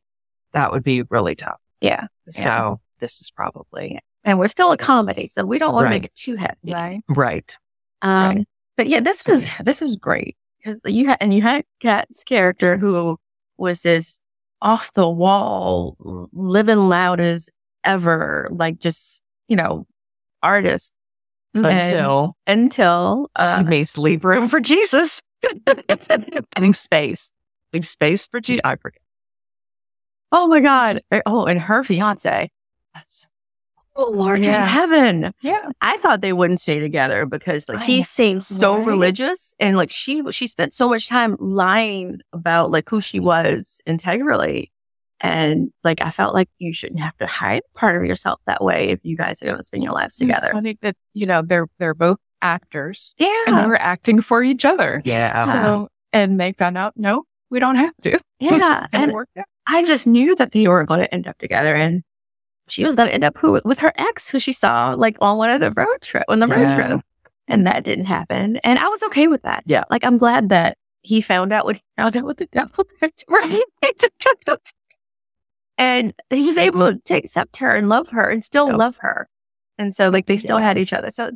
That would be really tough. Yeah. So this is probably and we're still a comedy, so we don't want Right. to make it too heavy, Right. Right. Um, but yeah, this was this was great because you had and you had Kat's character who was this off the wall, l- living loud as ever, like just you know, artist Until until uh, she makes leave room for Jesus. leave space. Leave space for Jesus. I forget. oh my god, oh and her fiance. That's- Oh Lord Yeah. in heaven! Yeah. I thought they wouldn't stay together because like I he know, seemed so right? religious and like she she spent so much time lying about like who she was integrally. And like I felt like you shouldn't have to hide part of yourself that way if you guys are gonna spend your lives It's together. funny that, you know, they're, they're both actors and they Yeah. were acting for each other. Yeah. uh, So, and they found out, no, we don't have to. Yeah. And, And it worked out. I just knew that they were gonna end up together and she was gonna end up who with her ex who she saw like on one of the road trip on the Yeah. road trip. And that didn't happen. And I was okay with that. Yeah. Like I'm glad that he found out what he found out with the devil did, right? and he was able to accept her and love her and still Yeah. love her. And so like they still had each other. So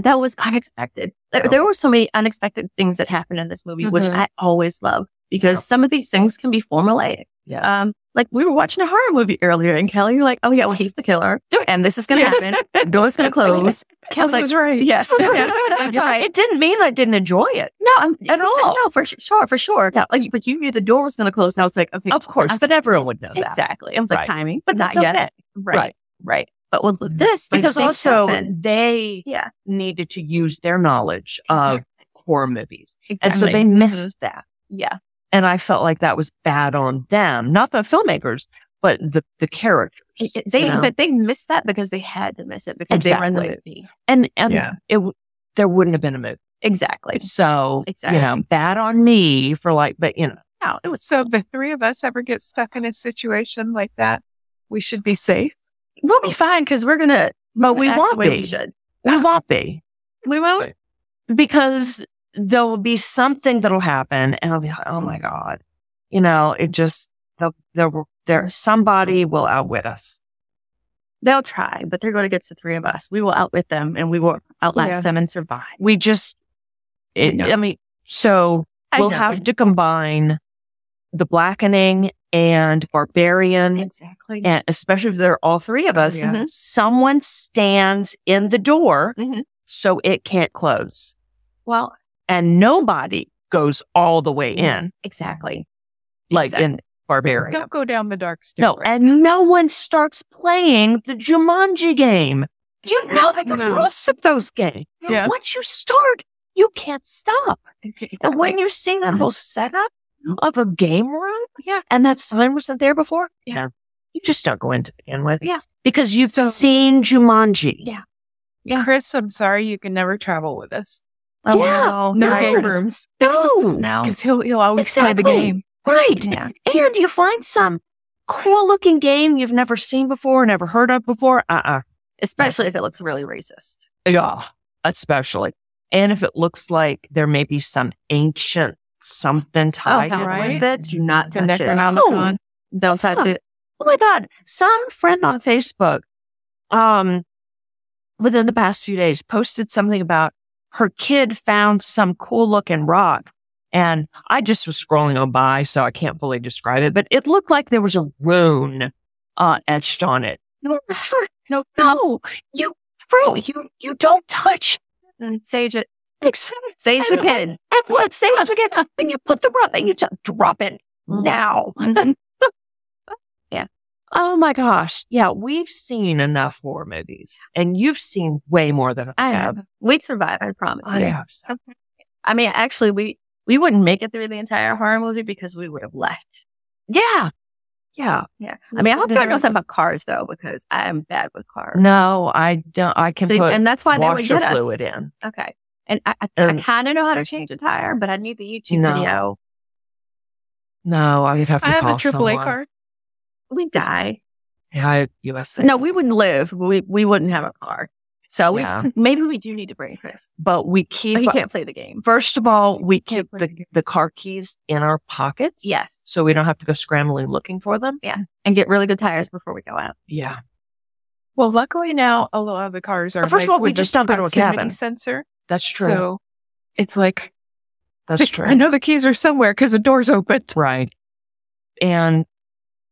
that was unexpected. There, Yeah. there were so many unexpected things that happened in this movie, which Mhm. Mm-hmm. I always love because Yeah. some of these things can be formulaic. Yeah. Um, like we were watching a horror movie earlier, and Kelly, you're like, "Oh yeah, well he's the killer, and this is gonna Yes. happen. The door's gonna close." Kelly Kelly like, was right. "Yes." I'm sorry, Right. It didn't mean I didn't enjoy it. No, I'm, At all. No, for sure, for sure. Yeah, like, but you knew the door was going to close. And I was like, okay, Of course. I But everyone would know that. exactly. I was like, Right. timing, but not That's yet. okay. Right, right, But with with this, like, Because things also happen. they yeah, needed to use their knowledge of horror movies. And so exactly. Mm-hmm. they missed that. yeah, And I felt like that was bad on them, not the filmmakers, but the, the characters. It- it- they you know? but they missed that because they had to miss it because they were in the Exactly. movie. and and Yeah. it w- there wouldn't have been a movie. Exactly. So Exactly. you know, bad on me for like, but you know, Wow, it was So if the three of us ever get stuck in a situation like that, we should be safe. we'll be fine because we're gonna. but we act the won't way We be. should. We won't be We won't. because there will be something that'll happen, and I'll be like, oh my god, you know, it just there there will- there somebody will outwit us. They'll try, but they're going to get to three of us. We will outwit them and we will outlast Yeah. them and survive. We just, it, know. I mean, so we'll have to combine the blackening and barbarian exactly. and especially if they're all three of us, Yeah. Mhm. someone stands in the door Mhm. so it can't close. Well, And nobody goes all the way in, exactly. like Exactly. in Barbarian. Don't go down the dark stairs. No, and no one starts playing the Jumanji game. You know the No. rules of those games. Yeah. Once you start, you can't stop. And Exactly. when you see that whole setup of a game room, Yeah. and that sign wasn't there before, Yeah. no, you just don't go in to begin with, Yeah. because you've So- seen Jumanji. Yeah. Chris, I'm sorry you can never travel with us. Oh, Yeah. wow. No Nice. game rooms No, No. because he'll he'll always play the Exactly. game. right. Yeah. And you find some cool looking game you've never seen before, never heard of before. Uh uh Especially if it looks really racist. Yeah, especially. And if it looks like there may be some ancient something tied in Oh, right. with it. Do not The touch it. Necronomicon. Oh! Don't touch Yeah. it. Oh my God. Some friend on Facebook, um, within the past few days posted something about her kid found some cool looking rock. And I just was scrolling on by, so I can't fully describe it, but it looked like there was a rune uh, etched on it. No, no, no, you, bro, you, you don't touch. Mm, Sage it. Except Sage the And- kid. and let's say once again, when you put the rubber, you just drop it now. Mhm. Yeah. Oh my gosh. Yeah, we've seen enough horror movies, and you've seen way more than I, I have. have. We'd survive, I promise. I you. have. So- I mean, actually, we, we wouldn't make it through the entire horror movie because we would have left. Yeah. Yeah. Yeah. I mean, I hope you don't know Mhm. something about cars, though, because I am bad with cars. No, I don't. I can So- put and that's why they would washer get us. fluid in. Okay. And I, I, I Um, kind of know how to change a tire, but I need the YouTube No. video. No, I would have to I have call a AAA someone. card. We die. Yeah, I, USA. No, we wouldn't live. We we wouldn't have a car. So we Yeah. maybe we do need to bring Chris. but we But keep. he can't play the game. First of all, we Can't keep play the, the game. the car keys in our pockets. Yes, So we don't have to go scrambling looking for them. and get really good tires before we go out. Yeah. Well, luckily now a lot of the cars are. First of like, all, we with the just don't go to a proximity cabin. sensor. That's true. So it's like That's true. I know the keys are somewhere because the door's open. Right. And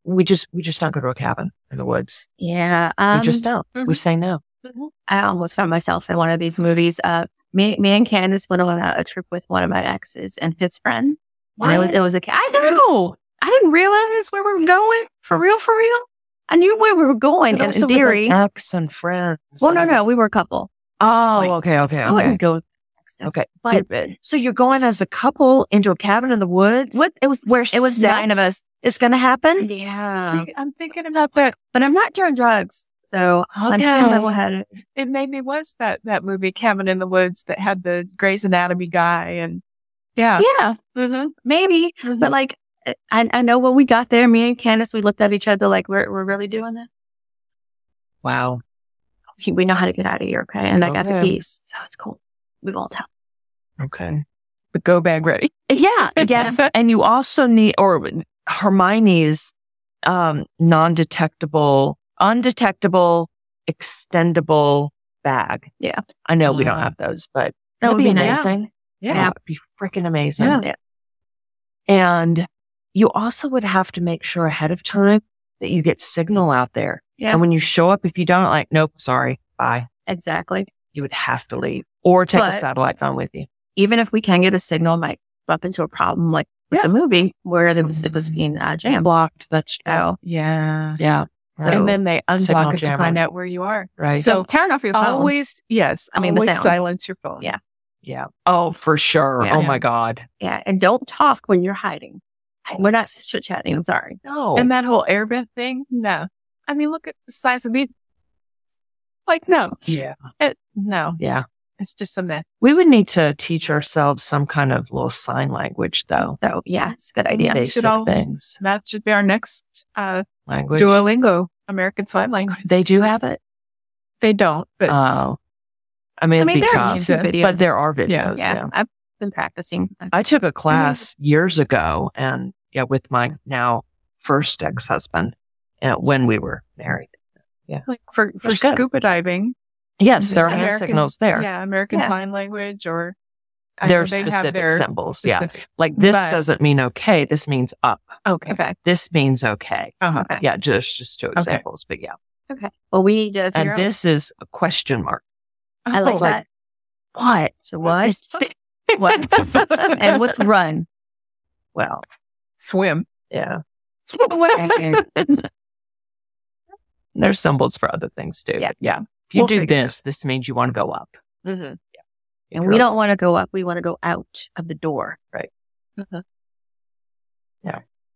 we just we just don't go to a cabin in the woods. Yeah. Um, we just don't. We mhm. say no. I almost found myself in one of these movies. Uh, me, me and Candace went on a, a trip with one of my exes and his friend. And it was, it was a, ca- I know. I didn't realize where we were going. For real, for real. I knew where we were going in, in theory. ex and friends. Well, no, no, we were a couple. Oh, Like, okay, okay, I okay. wouldn't go with ex. Okay. But it So you're going as a couple into a cabin in the woods? what- it was, Where it was sex nine of us. Is going to happen? Yeah. See, I'm thinking about that. But I'm not doing drugs. So I'm still Okay. level headed. It made me was that that movie Cabin in the Woods that had the Grey's Anatomy guy and yeah. Yeah. Mm-hmm. Maybe. But like, I, I know when we got there, me and Candace, we looked at each other like, we're, we're really doing this. Wow. Okay, We know how to get out of here. Okay. And I got the Okay. keys. So it's cool. We won't tell. Okay. the go bag ready. Yeah. Yes. and you also need, or Hermione's um, non detectable, undetectable, extendable bag. Yeah. I know we don't Wow. have those, but That that'd would be nice. amazing. Yeah. That would be freaking amazing. Yeah. And you also would have to make sure ahead of time that you get signal out there. Yeah. And when you show up, if you don't, like, nope, sorry, bye, Exactly. you would have to leave or take a But- satellite phone with you. Even if we can get a signal, might bump into a problem like with the movie where there was, it was being uh, jammed. Blocked. That's true. So, Yeah. Yeah. So- And then they Signal unblock it to jammer. find out where you are. right. so turn off your phone. Always, yes. I mean, the always sound. silence your phone. Yeah. yeah. Oh, for sure. Yeah. Oh my God. Yeah. And don't talk when you're hiding. Oh. We're not chit chatting. I'm sorry. No. And that whole airbend thing, no. I mean, look at the size of me. Like, no, yeah. it, no, Yeah. it's just a myth. We would need to teach ourselves some kind of little sign language, though. So yeah, it's a good idea. They- Basic all- things. That should be our next uh, Language. Duolingo American Sign Language. they do have it. They don't, but Oh. I mean, I it'd mean, be there are tough. YouTube videos. But there are videos. Yeah. yeah, I've been practicing. I took a class years ago and yeah, with my now first ex husband uh, when we were married. like for, for That's good. scuba diving, Yes, there are hand American- signals there. yeah, American Yeah. Sign Language or I There know are they have specific their symbols. Yeah. specific- Like this but- doesn't mean okay. This means up. Okay. Okay. This means okay. Uh-huh. Okay. Yeah. Just, just two examples, but yeah. Okay. Well, we need to figure And oh. out. this is a question mark. Oh, I like that. What? So what? It's thi- what? and what's run? Well, Swim. yeah. Okay. There's symbols for other things too. Yeah. but yeah. If you We'll do figure it this, this means you want to go up. Mm-hmm. If And you're we don't want to go up. We want to go out of the door.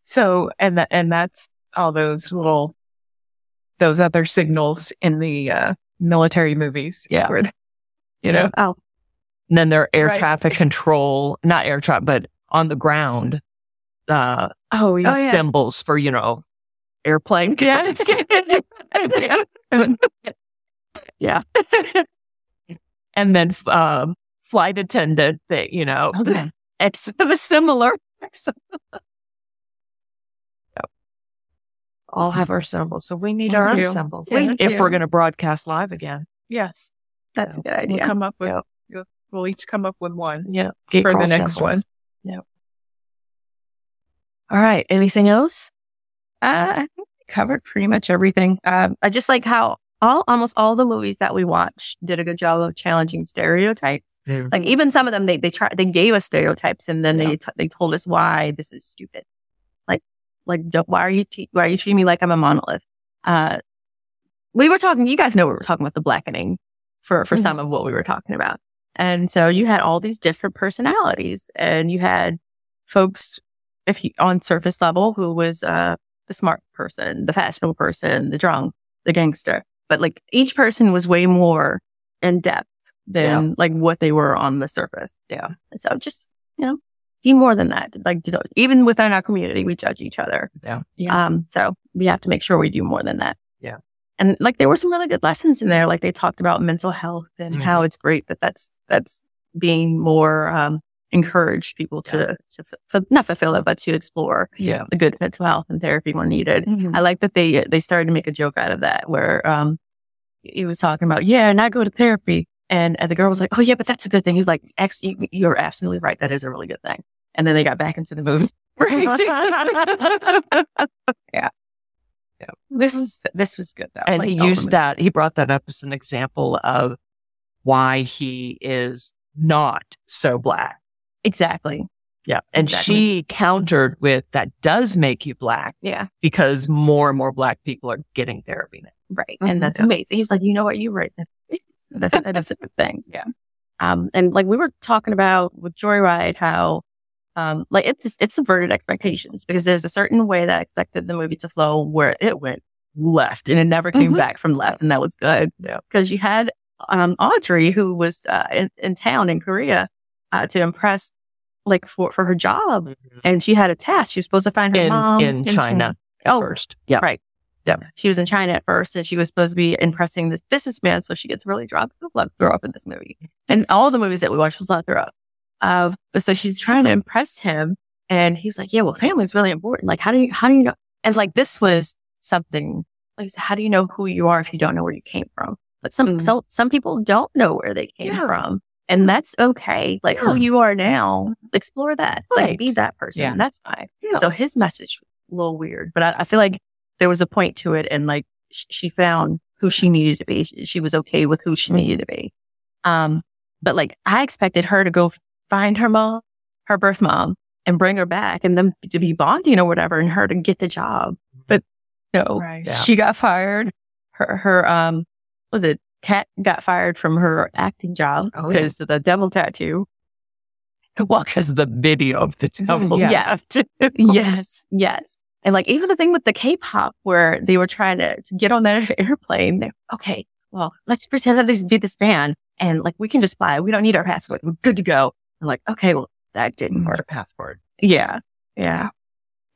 So, and that, and that's all those little, those other signals in the uh, military movies. Yeah. Where- You know, Oh, And then there are air Right. traffic control, not air traffic, but on the ground uh, oh, yeah. symbols for, you know, airplane. Yes. yeah. and then um, flight attendant that, you know, okay. it's sort of similar. So- Yep. All have our symbols. So we need our Thank own you. symbols Thank if you. we're going to broadcast live again. yes. That's a good We'll idea. come up with, Yeah. we'll- we'll each come up with one. Yeah. Geek For the Girl next one. Yep. All right. Anything else? Uh, I think we covered pretty much everything. Um, I just like how all almost all the movies that we watched did a good job of challenging stereotypes. Yeah. Like even some of them, they they try they gave us stereotypes and then they t- they told us why this is stupid. Like like don't- why are you te- why are you treating me like I'm a monolith? Uh, we were talking. You guys know we were talking about the blackening for for some of what we were talking about. And so you had all these different personalities, and you had folks if you on surface level who was uh the smart person, the fashionable person, the drunk, the gangster. But like each person was way more in depth than like what they were on the surface. Yeah. And so just, you know, be more than that. Like you know, even within our community, we judge each other. Yeah. Um, so we have to make sure we do more than that. Yeah. And like there were some really good lessons in there. Like they talked about mental health and Mhm. how it's great that that's that's being more um encouraged people to to f- not fulfill it, but to explore Yeah. the Mm-hmm. Mm-hmm. good mental health and therapy when needed. I like that they they started to make a joke out of that where um he was talking about, yeah, and I go to therapy. And, and the girl was like, oh, yeah, but that's a good thing. He's like, Ex- you- you're absolutely right. That is a really good thing. And then they got back into the movie. yeah. Yeah. This is, this was good though. And Like, he all the used movies. that, he brought that up as an example of why he is not so black. Exactly. Yeah. And Exactly. she countered with that does make you black Yeah. because more and more black people are getting therapy now. Right. Mhm. And that's Mm-hmm. Yeah. amazing. He was like, you know what? You're right. That's, that- that's a good thing. Yeah. Um, and like we were talking about with Joyride, how, um, like it's, it's subverted expectations because there's a certain way that I expected the movie to flow where it went left and it never came Mhm. back from left. And that was good. Mm-hmm. Yeah. Cause you had, um, Audrey who was, uh, in, in town in Korea, uh, to impress like for, for her job. And she had a task. She was supposed to find her Mm-hmm. In, in mom China at Oh, first. Yeah. right. she was in China at first and she was supposed to be impressing this businessman. So she gets really drunk. There's A lot of throw up in this movie. And all the movies that we watched was a lot of throw up. Uh, but so she's trying to impress him. And he's like, yeah, well, family's really important. Like, how do you, how do you know? And like, this was something like, he said, how do you know who you are if you don't know where you came from? But some, Mhm. so, some people don't know where they came Mm-hmm. Yeah. from. And that's okay. Like who Yeah. Mm-hmm. you are now, explore that. Right. Like be that person. Yeah. That's fine. Yeah. So his message was a little weird, but I, I feel like there was a point to it and like sh- she found who she needed to be. She, she was okay with who she needed to be. Um, but like I expected her to go f- find her mom, her birth mom and bring her back and them to be bonding or whatever and her to get the job. But no, Right. she got fired. Her, her, um, was it Kat got fired from her acting job Oh, yeah. because of the devil tattoo. Well, because the video of the Mm-hmm. devil. Yeah. Yes, yes. And like even the thing with the K-pop where they were trying to, to get on that airplane. They, okay, well, let's pretend that this be this band, and like we can just fly. We don't need our passport. We're good to go. I'm like, okay, well that didn't work. passport. Yeah, yeah.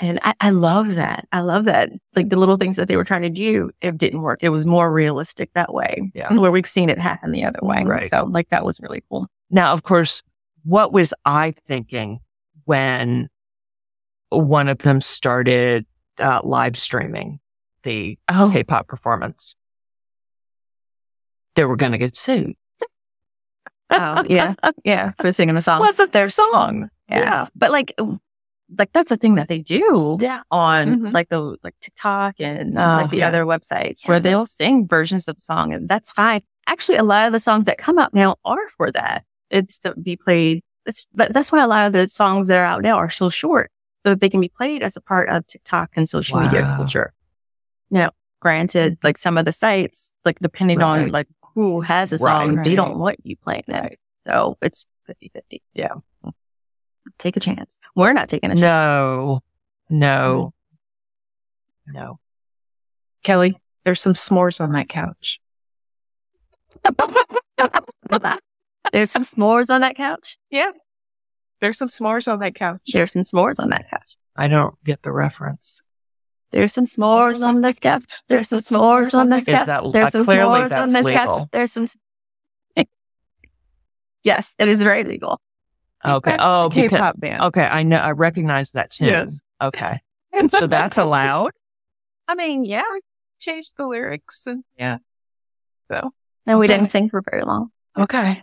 And I, I love that. I love that. Like the little things that they were trying to do, it didn't work. It was more realistic that way. Yeah. Where we've seen it happen the other way. Right. So like that was really cool. Now, of course, what was I thinking when one of them started uh, live streaming the Oh, K-pop performance? They were going to get sued. oh, yeah, yeah. For singing the song. Wasn't their song? Yeah. Um, But like, w- like that's a thing that they do Yeah. on Mhm. like the like TikTok and Oh, like the yeah. other websites where they'll sing versions of the song, and that's fine. Actually, a lot of the songs that come out now are for that. It's to be played. It's, that, that's why a lot of the songs that are out now are so short, so that they can be played as a part of TikTok and social media Wow. culture. Now, granted, like some of the sites, like depending Right. on like who has a song, Right. they don't want you playing it. So it's 50 50. Yeah. Take a chance. We're not taking a chance. No. No. No. Kelly, there's some s'mores on that couch. There's some s'mores on that couch. There's some s'mores on that couch. There's some s'mores on that couch. I don't get the reference. There's some s'mores on this couch. There's some s'mores on this Is couch. that- There's some clearly s'mores that's on this legal. couch. There's some. s- yes, it is very legal. Okay. Oh, because- K-pop band. okay. I know. I recognize that too. Yes. Okay. So that's allowed. I mean, yeah. Change the lyrics and And we Okay. didn't sing for very long. Okay.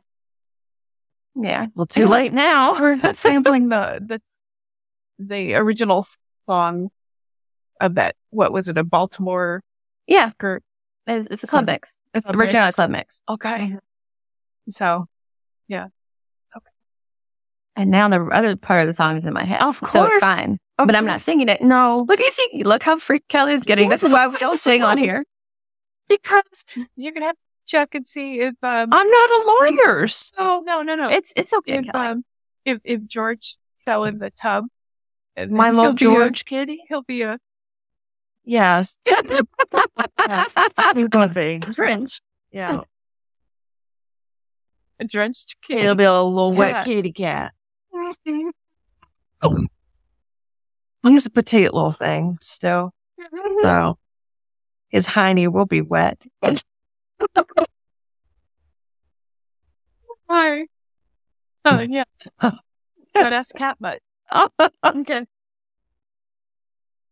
Yeah. Well, too late now. sampling the the the original song of that. What was it? A Baltimore Yeah. group. It's, it's a Club club mix. It's Club original mix. club mix. Okay. So And now the other part of the song is in my head. Of So it's course. fine. but I'm not singing it. No. Look at you. Look how freaked Kelly is getting. This is why we don't sing on here. Because you're gonna have to check and see if um. I'm not a lawyer. So Oh no no no! it's it's okay. if Kelly. um if if George fell in the tub, and my he'll little be a- George kitty. he'll be a Yes. Cringe. yeah a drenched It'll kid. be a little wet Cat. kitty cat. Mm-hmm. He's a petite little thing still. So his hiney will be wet. Hi. Oh yeah. But us cat butt. okay.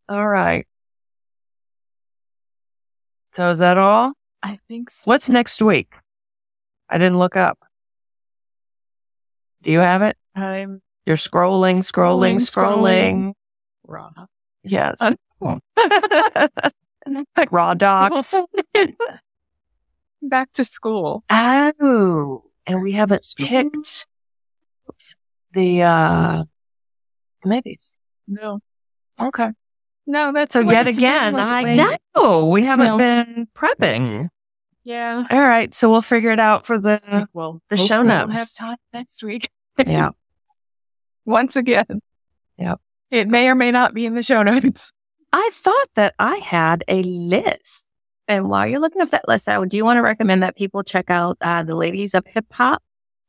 All right. So is that all? I think so. What's next week? I didn't look up. Do you have it? I'm You're scrolling, scrolling, scrolling. Raw. Yes. Uh, like raw dogs. Back to school. oh, and we haven't picked oops, the uh committees. No. Okay. No, that's So what yet it's again, been like I lately. know we It's haven't no- been prepping. Yeah. All right, so we'll figure it out for the Well, the show hopefully We'll have notes. time next week. yeah. Once again. Yep. It may or may not be in the show notes. I thought that I had a list. And while you're looking up that list, I do want to recommend that people check out uh, the Ladies of Hip Hop.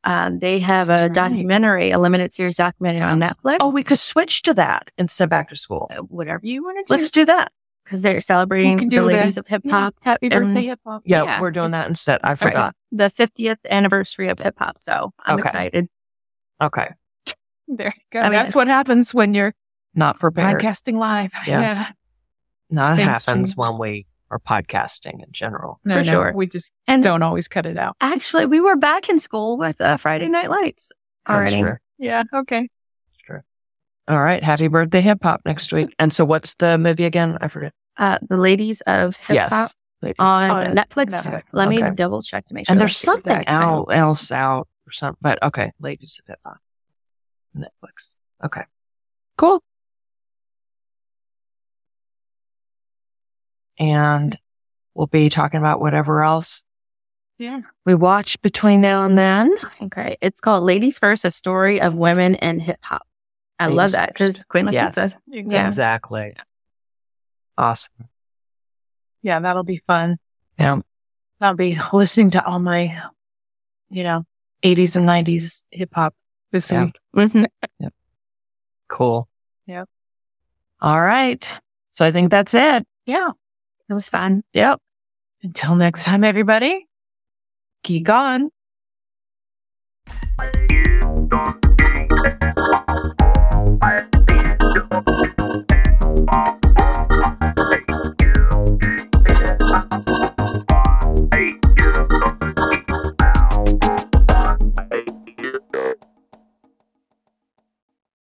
Um, they have That's a right. documentary, a limited series documentary on Netflix. Oh, we could switch to that instead of back to school. Uh, whatever you want to do, Let's do that. because they're celebrating can the do that. Ladies of Hip Hop. Happy And- birthday, hip hop. Yeah, Yeah. we're doing that instead. I Right. forgot. The 50th anniversary of hip hop. So I'm Okay. excited. Okay. There you go. I mean- that's what happens when you're Not prepared. podcasting live. Yes. Yeah. Not Things happens change. when we are podcasting in general. No, For no, sure. We just And- don't always cut it out. Actually, we were back in school with uh, Friday Night Lights That's already. true. Yeah. Okay. That's true. All right. Happy birthday, hip hop next week. And so, what's the movie again? I forget. Uh, the Ladies of Hip Hop Yes. Ladies. on on Netflix. Netflix. Let me Okay. double check to make sure. and Oh, that there's I get the something exact title. out, else out or something. But okay, ladies of hip hop, Netflix. Okay, cool. And we'll be talking about whatever else Yeah. we watch between now and then. Okay. It's called Ladies First, a story of women and hip hop. I Ladies love that because First. Queen Yes. Latifah. Yeah. Exactly. Awesome. Yeah. That'll be fun. Yeah. I'll be listening to all my, you know, 80s and 90s hip hop this Yeah. week. Wasn't it? Cool. Yep. All right. So I think that's it. Yeah. It was fun. Yep. Until next time, everybody, geek on.